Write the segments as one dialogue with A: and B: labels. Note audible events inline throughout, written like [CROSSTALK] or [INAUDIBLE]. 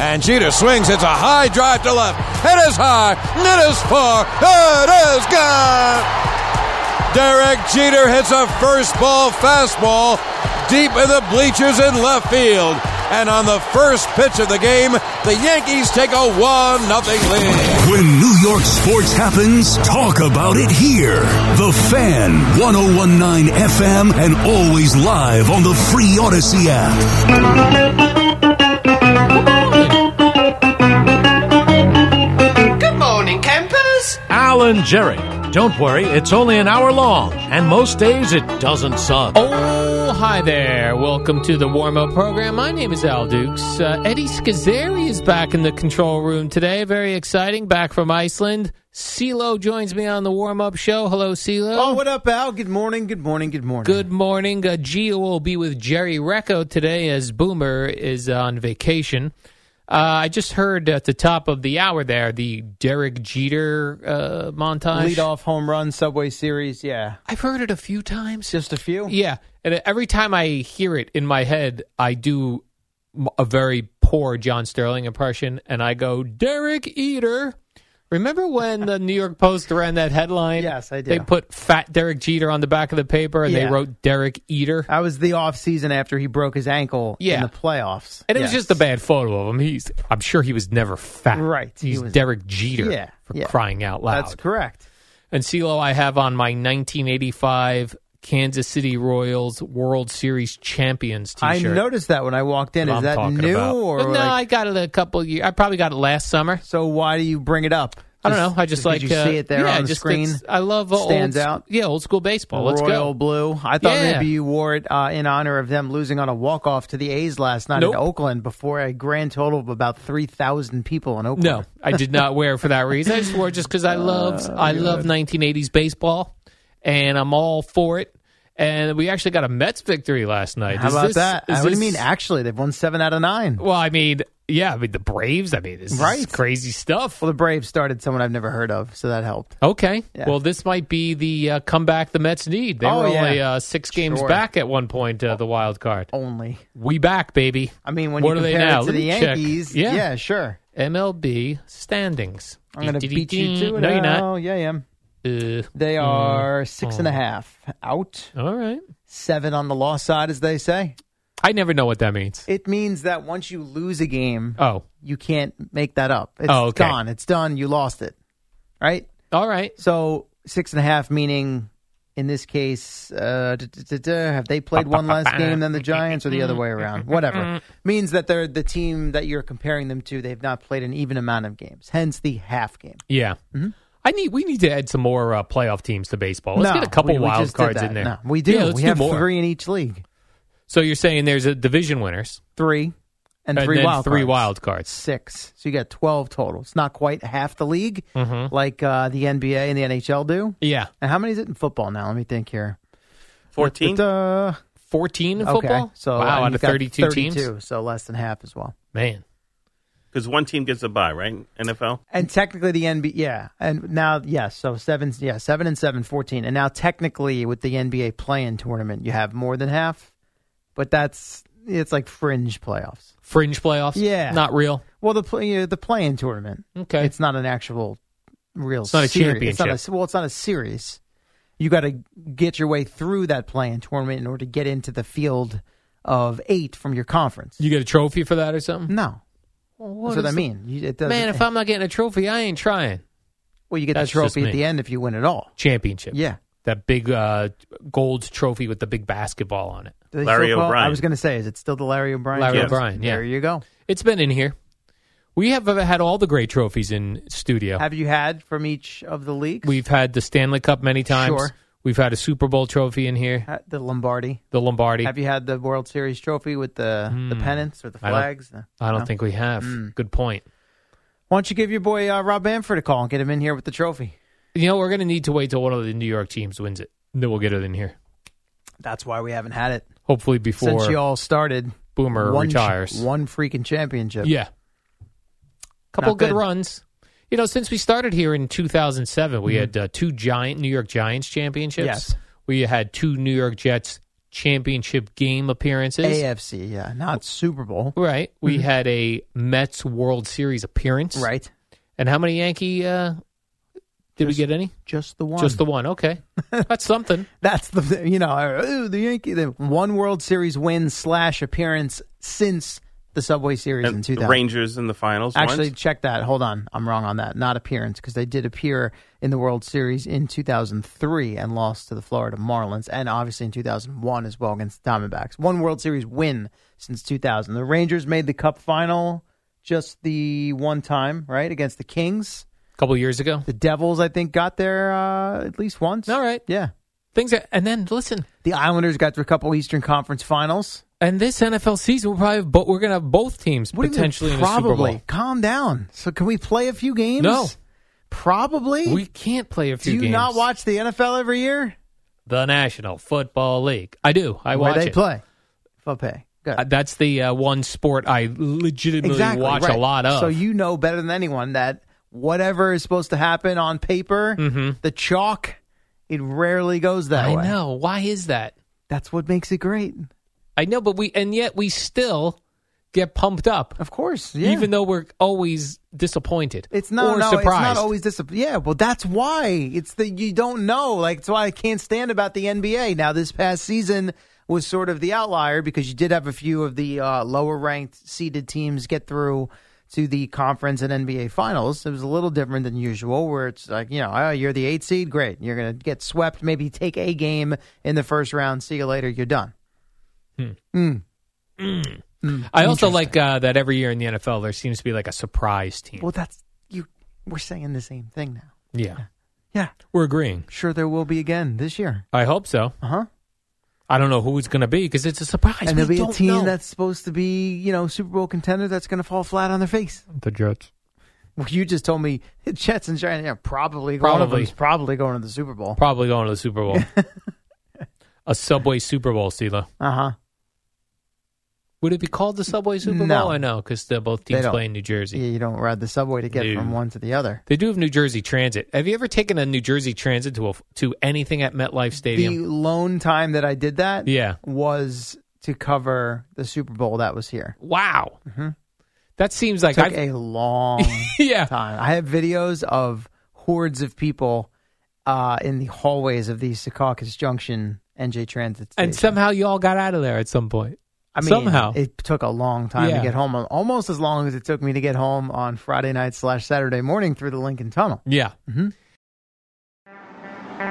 A: And Jeter swings. It's a high drive to left. It is high. and It is far. It is gone. Derek Jeter hits a first ball fastball deep in the bleachers in left field. And on the first pitch of the game, the Yankees take a 1 nothing lead.
B: When New York sports happens, talk about it here. The Fan, 1019 FM, and always live on the free Odyssey app.
C: Good morning, campers.
D: Alan Jerry. Don't worry, it's only an hour long, and most days it doesn't suck.
E: Oh, hi there. Welcome to the warm up program. My name is Al Dukes. Uh, Eddie Scazzeri is back in the control room today. Very exciting. Back from Iceland. CeeLo joins me on the warm up show. Hello, CeeLo.
F: Oh, what up, Al? Good morning, good morning, good morning.
E: Good morning. Uh, Gio will be with Jerry Recco today as Boomer is on vacation. Uh, I just heard at the top of the hour there the Derek Jeter uh, montage.
F: Lead off home run, Subway Series, yeah.
E: I've heard it a few times.
F: Just a few?
E: Yeah, and every time I hear it in my head, I do m- a very poor John Sterling impression, and I go Derek Eater. Remember when the New York Post ran that headline?
F: Yes, I do.
E: They put fat Derek Jeter on the back of the paper, and they
F: Yeah. Uh,
E: wrote Derek Eater.
F: That was the off season after he broke his ankle
E: Yeah.
F: in the playoffs.
E: And it was
F: Yes.
E: just a bad photo of him. He's, I'm sure he was never fat.
F: Right, he
E: He's
F: was-
E: Derek Jeter
F: Yeah,
E: for
F: yeah.
E: crying out loud.
F: That's correct.
E: And CeeLo, I have on my 1985 Kansas City Royals World Series Champions
F: I
E: T-shirt.
F: noticed that when I walked in.
E: That's
F: Is
E: what
F: that
E: I'm talking
F: new
E: about.
F: or
E: no?
F: like-
E: I got it a couple years. I probably got it last summer.
F: so why do you bring it up?
E: I don't know. I just, like
F: did you
E: uh,
F: see it there
E: yeah,
F: on the
E: just
F: screen.
E: it's- I love uh,
F: Stands
E: old,
F: out.
E: Yeah, old school baseball. Let's
F: Royal
E: go.
F: blue. I thought
E: Yeah.
F: maybe you wore it uh, in honor of them losing on a walk off to the A's last night
E: Nope.
F: in Oakland before a grand total of about three thousand people in Oakland.
E: No, I did not wear it for that reason. I just wore it just because
F: [LAUGHS] Oh,
E: I love I love 1980s baseball, and I'm all for it. And we actually got a Mets victory last night.
F: How
E: Is
F: about
E: this-
F: that?
E: is
F: I would
E: this-
F: mean actually they've won seven out of nine.
E: Well, I mean, yeah, I mean the Braves. I mean, this is
F: Right.
E: crazy stuff.
F: Well, the Braves started someone I've never heard of, so that helped.
E: Okay.
F: Yeah.
E: Well, this might be the uh, comeback the Mets need. They
F: Oh,
E: were only
F: yeah.
E: uh, six games
F: Sure.
E: back at one point. Uh, the wild card.
F: Only.
E: We back, baby.
F: I mean, when
E: what
F: you
E: are they
F: compare
E: now?
F: it to
E: Let
F: the
E: me check.
F: Yankees,
E: Yeah.
F: yeah, sure.
E: MLB standings.
F: I'm going to beat you to it.
E: No, you're not. Oh.
F: Oh, yeah, I am.
E: Uh,
F: They are six and a half out,
E: all right.
F: seven on the loss side, as they say.
E: I never know what that means.
F: It means that once you lose a game,
E: Oh,
F: you can't make that up. It's
E: Oh, okay.
F: gone. It's done. You lost it. Right?
E: all right.
F: So six and a half, meaning in this case, uh, duh, duh, duh, duh, have they played one less game than the Giants or the other way around? Whatever means that they're the team that you're comparing them to. They've not played an even amount of games, hence the half game.
E: Yeah.
F: Mm-hmm.
E: I need. We need to add some more uh, playoff teams to baseball. Let's
F: No,
E: get a couple
F: we- we
E: wild
F: just did
E: cards
F: that.
E: in there.
F: No, we do.
E: Yeah, let's
F: we
E: do
F: have
E: more.
F: three in each league,
E: So you're saying there's a division winners
F: three and three
E: then
F: wild,
E: three
F: cards.
E: wild cards.
F: six. So you got twelve total. It's not quite half the league
E: Mm-hmm.
F: like uh, the NBA and the NHL do.
E: Yeah,
F: And how many is it in football now? Let me think here.
G: 14?
F: Uh,
E: 14 in
F: okay,
E: football.
F: so and
E: wow, out
F: you've
E: of
F: got
E: 32, teams,
F: 32, so less than half as well.
E: man.
G: Because one team gets a bye, right? NFL?
F: And technically the NBA, yeah. And now, yes, so seven, yeah, seven and seven, 14. And now technically with the NBA play-in tournament, you have more than half, but that's, it's like fringe playoffs.
E: Fringe playoffs.
F: Yeah.
E: not real.
F: Well, the play, you know, the play-in tournament,
E: Okay,
F: it's not an actual real
E: It's not a
F: series. It's not
E: championship.
F: a- well, it's not a series. You got to get your way through that play-in tournament in order to get into the field of eight from your conference.
E: you get a trophy for that or something.
F: no. That's what I mean. You- It doesn't,
E: Man, if I'm not getting a trophy, I ain't trying.
F: Well, you get the
E: That's just
F: trophy at
E: me.
F: the end if you win it all.
E: championship.
F: Yeah.
E: that big uh, gold trophy with the big basketball on it.
F: Do they
G: Larry
F: still call- I
G: O'Brien.
F: was going to say, is it still the Larry O'Brien?
E: Larry
F: Yes.
E: O'Brien, yeah.
F: There you go.
E: It's been in here. We have had all the great trophies in studio.
F: Have you had from each of the leagues?
E: We've had the Stanley Cup many times.
F: Sure.
E: We've had a Super Bowl trophy in here,
F: had the Lombardi.
E: the Lombardi.
F: Have you had the World Series trophy with the the pennants or the
E: Hmm. I don't-
F: flags? No.
E: I don't
F: No. Mm.
E: think we have. Good point.
F: Why don't you give your boy uh, Rob Bamford a call and get him in here with the trophy?
E: You know, we're going to need to wait till one of the New York teams wins it. Then we'll get it in here.
F: That's why we haven't had it
E: Hopefully before.
F: since you all started.
E: Boomer
F: one, ch-
E: retires.
F: one freaking championship.
E: yeah. Couple
F: Not
E: good,
F: bad.
E: runs. You know, since we started here in 2007, we had uh, two giant New York Giants championships.
F: Mm-hmm. Yes.
E: We had two New York Jets championship game appearances.
F: AFC. Yeah, not Super Bowl.
E: Right. We had a Mets World Series appearance.
F: Mm-hmm. Right.
E: And how many Yankee uh, did we
F: Just
E: get any?
F: Just the one.
E: Just the one.
F: [LAUGHS]
E: Okay. That's something.
F: That's the [LAUGHS] you know uh, ooh, the Yankee the one World Series win slash appearance since the Subway
E: Uh,
F: Series in
G: And
F: two
G: the
F: thousand.
G: Rangers in the finals.
F: Actually,
G: once.
F: check that. Hold on, I'm wrong on that. Not appearance because they did appear in the World Series in 2003 and lost to the Florida Marlins, and obviously in 2001 as well against the Diamondbacks. One World Series win since 2000. The Rangers made the Cup final just the one time, right, against the Kings.
E: A couple years ago.
F: The Devils, I think, got there uh, at least once.
E: All right.
F: Yeah.
E: Things that, and then listen,
F: The Islanders got to a couple Eastern Conference finals.
E: and this NFL season we'll probably have bo- we're going to have both teams
F: What do you mean,
E: potentially in the
F: probably.
E: Super Bowl.
F: Calm down. So can we play a few games?
E: No.
F: Probably.
E: We can't play a
F: Do
E: few
F: you
E: games.
F: not watch the NFL every year?
E: the National Football League? I do. I
F: Where
E: watch
F: they
E: it.
F: play. Fopay. Good.
E: Uh, That's the uh, one sport I legitimately
F: exactly.
E: watch
F: right.
E: a lot of.
F: So you know better than anyone that whatever is supposed to happen on paper, the chalk, it rarely goes that
E: Mm-hmm. I
F: way.
E: know. Why is that?
F: That's what makes it great.
E: I know, but we and yet we still get pumped up,
F: Of course. Yeah.
E: even though we're always disappointed.
F: It's not,
E: or
F: no, it's
E: surprised.
F: not always disappointing. Yeah, well, that's why it's the you don't know. Like it's why I can't stand about the NBA. Now, this past season was sort of the outlier because you did have a few of the uh, lower ranked seeded teams get through to the conference and NBA finals. It was a little different than usual, where it's like you know, oh, you're the eight seed, great, you're gonna get swept, maybe take a game in the first round, see you later, you're done.
E: I also like uh, that every year in the NFL there seems to be like a surprise team.
F: Well, that's you. We're saying the same thing now.
E: yeah,
F: Yeah,
E: we're agreeing.
F: sure, there will be again this year.
E: I hope so.
F: Uh huh.
E: I don't know who it's going to be because it's a surprise.
F: and
E: We
F: there'll be a
E: don't
F: team
E: know.
F: that's supposed to be, you know, Super Bowl contender that's going to fall flat on their face.
E: the Jets.
F: Well, you just told me [LAUGHS] Jets and Giants, yeah, probably, one of
E: Probably.
F: them's probably going to the Super Bowl.
E: Probably going to the Super
F: [LAUGHS]
E: Bowl. a Subway Super Bowl, Sela.
F: Uh huh.
E: Would it be called the Subway Super
F: No.
E: Bowl? I know because both
F: They
E: teams
F: don't.
E: play in New Jersey.
F: Yeah, you don't ride the subway to get
E: Dude.
F: from one to the other.
E: They do have New Jersey Transit. Have you ever taken a New Jersey Transit to a, to anything at MetLife Stadium?
F: The lone time that I did that,
E: Yeah.
F: was to cover the Super Bowl that was here.
E: wow, that seems like
F: Mm-hmm. Took
E: I
F: a long
E: [LAUGHS] yeah.
F: time. I have videos of hordes of people uh, in the hallways of the Secaucus Junction NJ Transit Station.
E: And somehow you all got out of there at some point.
F: I mean,
E: Somehow.
F: it took a long time
E: Yeah.
F: to get home, almost as long as it took me to get home on Friday night slash Saturday morning through the Lincoln Tunnel.
E: Yeah,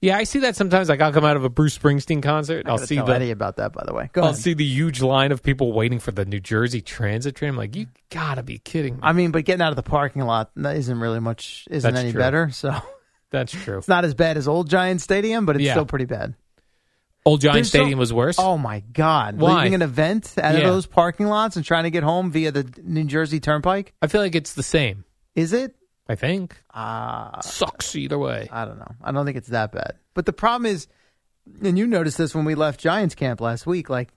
E: yeah. I see that sometimes. Like I'll come out of a Bruce Springsteen concert. And
F: I
E: I'll
F: gotta
E: see
F: tell
E: the
F: Eddie about that, by the way. Go
E: I'll
F: ahead.
E: see the huge line of people waiting for the New Jersey Transit train. I'm like, you gotta be kidding me.
F: I mean, but getting out of the parking lot that isn't really much, isn't
E: That's
F: any
E: true.
F: better. So [LAUGHS]
E: That's true.
F: it's not as bad as old Giant Stadium, but it's
E: Yeah.
F: still pretty bad.
E: Old Giant
F: There's so-
E: Stadium was worse.
F: Oh my God!
E: Why?
F: Leaving an event out
E: Yeah.
F: of those parking lots and trying to get home via the New Jersey Turnpike
E: I feel like it's the same.
F: is it?
E: I think
F: Uh,
E: sucks either way.
F: I don't know. I don't think it's that bad. But the problem is, and you noticed this when we left Giants camp last week. Like,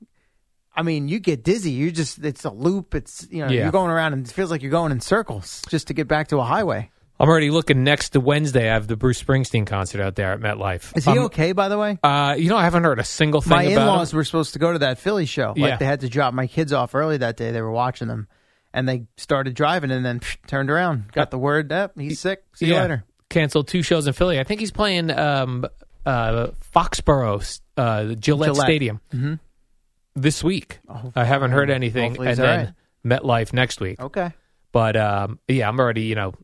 F: I mean, you get dizzy. You just it's a loop. It's you know
E: Yeah.
F: you're going around and it feels like you're going in circles just to get back to a highway.
E: I'm already looking next to Wednesday. I have the Bruce Springsteen concert out there at MetLife.
F: Is he
E: Um,
F: okay, by the way?
E: Uh, you know, I haven't heard a single thing
F: my
E: about
F: in-laws
E: him.
F: were supposed to go to that Philly show. Like
E: Yeah.
F: they had to drop my kids off early that day. They were watching them, and they started driving, and then psh, turned around, got the word that he's sick. See you
E: Uh, Yeah.
F: later.
E: Canceled two shows in Philly. I think he's playing um, uh, Foxborough, uh, Gillette, Stadium
F: hmm
E: this week. I haven't heard anything.
F: Oh, Hopefully
E: and
F: he's Oh.
E: then MetLife next week.
F: Okay.
E: But um, yeah, I'm already, you know,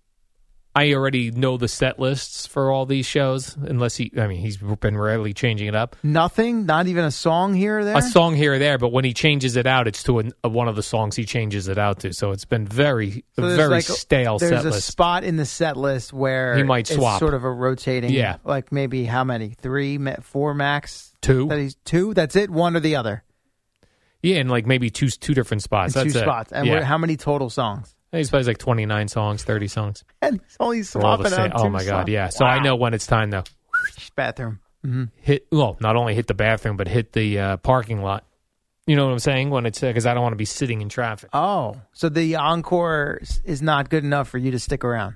E: I already know the set lists for all these shows, unless he, I mean, he's been rarely changing it up.
F: Nothing. Not even a song here or there.
E: A song here or there, but when he changes it out, it's to an, uh one of the songs he changes it out to. So it's been very,
F: So there's
E: very
F: like a-
E: stale
F: There's
E: set
F: a
E: list.
F: spot in the set list where
E: He might
F: it's
E: swap.
F: sort of a rotating.
E: Yeah.
F: like maybe how many? Three, ma- four max.
E: Two.
F: That he's two. That's it. One or the other.
E: yeah, and like maybe two two different spots.
F: two
E: That's it.
F: spots. And
E: yeah.
F: we're, how many total songs? [LAUGHS]
E: I think he plays like 29 songs, 30 songs.
F: And he's only
E: They're all the
F: swapping
E: same.
F: out.
E: Oh
F: two
E: my God,
F: songs.
E: yeah. So I know when it's time to
F: Bathroom. hmm
E: hit, well, not only hit the bathroom, but hit the uh, parking lot. You know what I'm saying? When it's, because I don't want to be sitting in traffic.
F: Oh, so the encore s- is not good enough for you to stick around.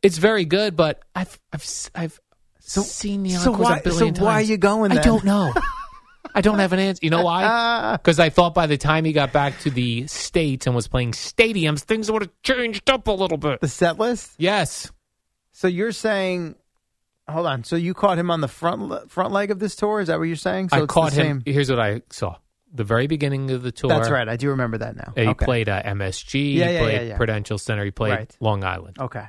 E: It's very good, but I've I've s- I've seen the
F: so
E: encores
F: why-
E: a billion
F: so why
E: times.
F: you going
E: I
F: then? Uh.
E: don't
F: [LAUGHS]
E: know. I don't have an answer. You know why? Because I thought by the time he got back to the states and was playing stadiums, things would have changed up a little bit.
F: The set list.
E: Yes,
F: So you're saying, hold on. So you caught him on the front le- front leg of this tour. Is that what you're saying? So
E: I
F: it's
E: caught
F: the
E: him.
F: same.
E: Here's what I saw: the very beginning of the tour.
F: That's right. I do remember that now.
E: He
F: okay.
E: played uh, MSG.
F: Yeah,
E: he
F: yeah,
E: played
F: yeah, yeah.
E: Prudential Center. He played
F: Right.
E: Long Island.
F: Okay.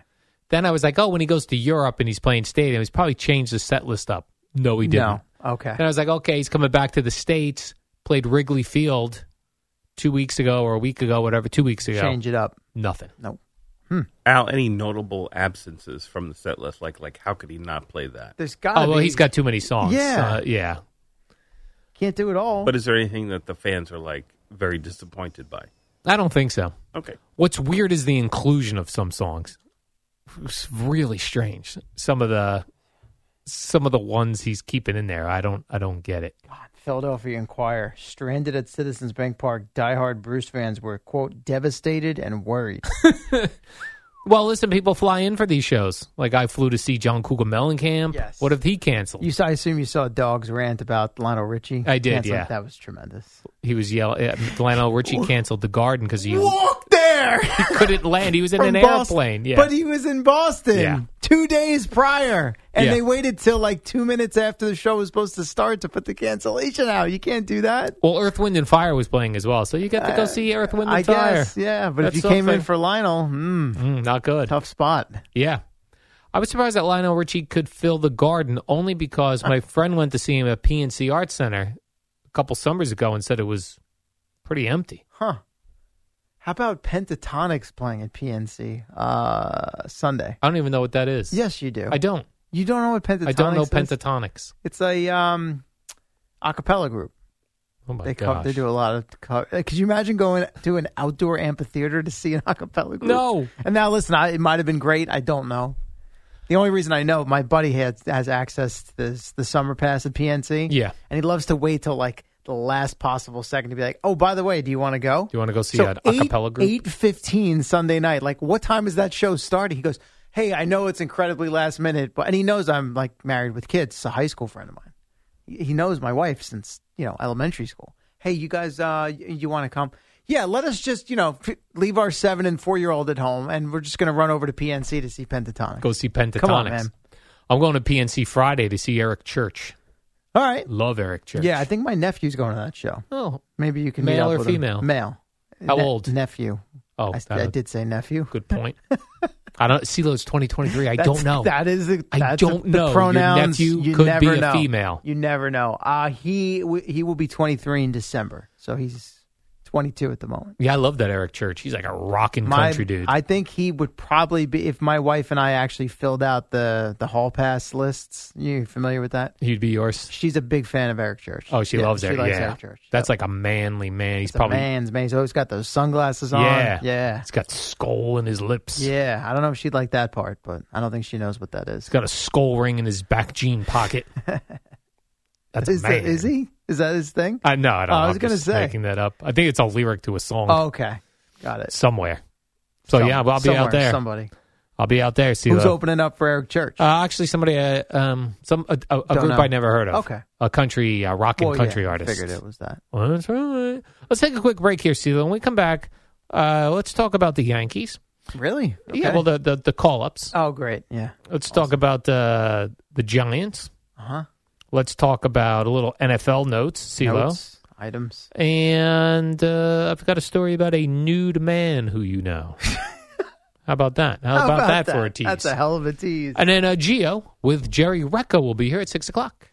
E: Then I was like, oh, when he goes to Europe and he's playing stadium, he's probably changed the set list up. No, he didn't.
F: No. Okay.
E: And I was like, okay, he's coming back to the States, played Wrigley Field two weeks ago or a week ago, whatever, two weeks ago.
F: Change it up.
E: Nothing.
F: No.
G: Al, any notable absences from the set list? Like, like how could he not play that?
F: There's got.
E: oh, well, he's got too many songs.
F: Yeah.
E: Uh, yeah.
F: Can't do it all.
G: But is there anything that the fans are like very disappointed by?
E: I don't think so.
G: Okay,
E: What's weird is the inclusion of some songs. It's really strange. Some of the some of the ones he's keeping in there. I don't I don't get it.
F: Philadelphia Inquirer stranded at Citizens Bank Park. Diehard Bruce fans were quote devastated and worried.
E: Well, listen, people fly in for these shows. Like I flew to see John Cougar Mellencamp.
F: Yes.
E: What if he canceled?
F: you saw. I assume you saw Dog's rant about Lionel Richie.
E: I did,
F: Canceling.
E: yeah.
F: That was tremendous.
E: he was uh, yelling. Lionel Richie canceled the Garden because he
F: Walk there.
E: couldn't land. He was in
F: from
E: an
F: Boston.
E: airplane. Yeah.
F: But he was in Boston
E: Yeah.
F: two days prior. And
E: Yeah.
F: they waited till like two minutes after the show was supposed to start to put the cancellation out. You can't do that.
E: well, Earth, Wind, and Fire was playing as well, so you got to go see Earth, Wind, and
F: Uh, I
E: Fire.
F: guess, yeah. But
E: That's
F: if you came in
E: something.
F: for Lionel, hmm,
E: Mm, not good.
F: tough spot.
E: Yeah. I was surprised that Lionel Richie could fill the garden only because my friend went to see him at PNC Arts Center a couple summers ago and said it was pretty empty.
F: Huh. How about Pentatonics playing at PNC uh, Sunday?
E: I don't even know what that is.
F: Yes, you do.
E: I don't.
F: You don't know what Pentatonics
E: I don't know
F: is?
E: pentatonics.
F: It's a um, acapella group.
E: Oh my
F: they co-
E: gosh.
F: they do a lot of co- uh, could you imagine going to an outdoor amphitheater to see an acapella group
E: No.
F: and now listen I, it might have been great i don't know the only reason i know my buddy has, has access to this the summer pass at pnc
E: Yeah.
F: and he loves to wait till like the last possible second to be like oh by the way do you want to go
E: you want to go see
F: so
E: an
F: eight-
E: acapella group?
F: 8.15 sunday night like what time is that show starting he goes hey i know it's incredibly last minute but and he knows i'm like married with kids it's a high school friend of mine he he knows my wife since you know elementary school hey you guys uh y- you want to come yeah let us just you know f- leave our seven and four year old at home and we're just going to run over to pnc to see pentatonic
E: Go see pentatonics.
F: Come on, man.
E: I'm going to PNC Friday to see Eric Church.
F: all right
E: Love Eric Church.
F: yeah i think my nephew's going to that show
E: Oh,
F: maybe you can meet
E: Male
F: up
E: or
F: with him.
E: female?
F: male
E: How
F: Ne-
E: old?
F: nephew
E: oh,
F: I,
E: that-
F: I did say nephew
E: Good
F: [LAUGHS]
E: point. I don't. CeeLo's 2023. I
F: That's-
E: don't know.
F: That is the,
E: I
F: that's the-
E: don't
F: the
E: know. Your
F: pronouns.
E: nephew
F: you
E: could
F: never
E: be a
F: know.
E: female.
F: You never know. Uh, he w- he will be 23 in December, so he's 22 at the moment.
E: yeah, I love that Eric Church. He's like a rocking
F: My-
E: country dude.
F: I think he would probably be if my wife and I actually filled out the the hall pass lists. You familiar with that?
E: He'd be yours.
F: She's a big fan of Eric Church.
E: Oh, she
F: Yeah,
E: loves
F: she
E: Eric.
F: likes
E: yeah,
F: Eric Church.
E: that's like a manly man. He's
F: It's
E: probably
F: a man's man. He's always got those sunglasses on.
E: yeah,
F: yeah,
E: He's got skull in his lips.
F: yeah. I don't know if she'd like that part, but I don't think she knows what that is.
E: he's got a skull ring in his back jean
F: [LAUGHS]
E: pocket. That's a
F: is,
E: man.
F: that, is he? Is that his thing?
E: I no, I don't.
F: Oh,
E: know.
F: I was
E: I'm
F: gonna
E: just
F: say.
E: making that up. I think it's a lyric to a song
F: Oh, okay, got it.
E: somewhere. So
F: Some-
E: yeah, I'll be
F: somewhere,
E: out there.
F: Somebody.
E: I'll be out there. See
F: Who's opening up for Eric Church?
E: Uh, actually, somebody, uh, um, some a, a, a
F: Don't
E: group
F: know.
E: I never heard of.
F: Okay.
E: a country, a rockin'
F: Well, yeah,
E: country
F: I
E: artist.
F: figured it was that.
E: Well, that's right. Let's take a quick break here, CeeLo. When we come back, uh, let's talk about the Yankees.
F: Really?
E: Yeah,
F: Okay.
E: well, the the, the call ups.
F: Oh, great. Yeah.
E: Let's talk about uh, the Giants.
F: Uh
E: Uh-huh.
F: huh.
E: Let's talk about a little NFL notes, CeeLo.
F: Notes, items.
E: And uh, I've got a story about a nude man who you [LAUGHS] know. How about that? How,
F: How
E: about, that, for a tease?
F: That's a hell of a tease.
E: And then uh, Geo with Jerry Recco will be here at 6 o'clock.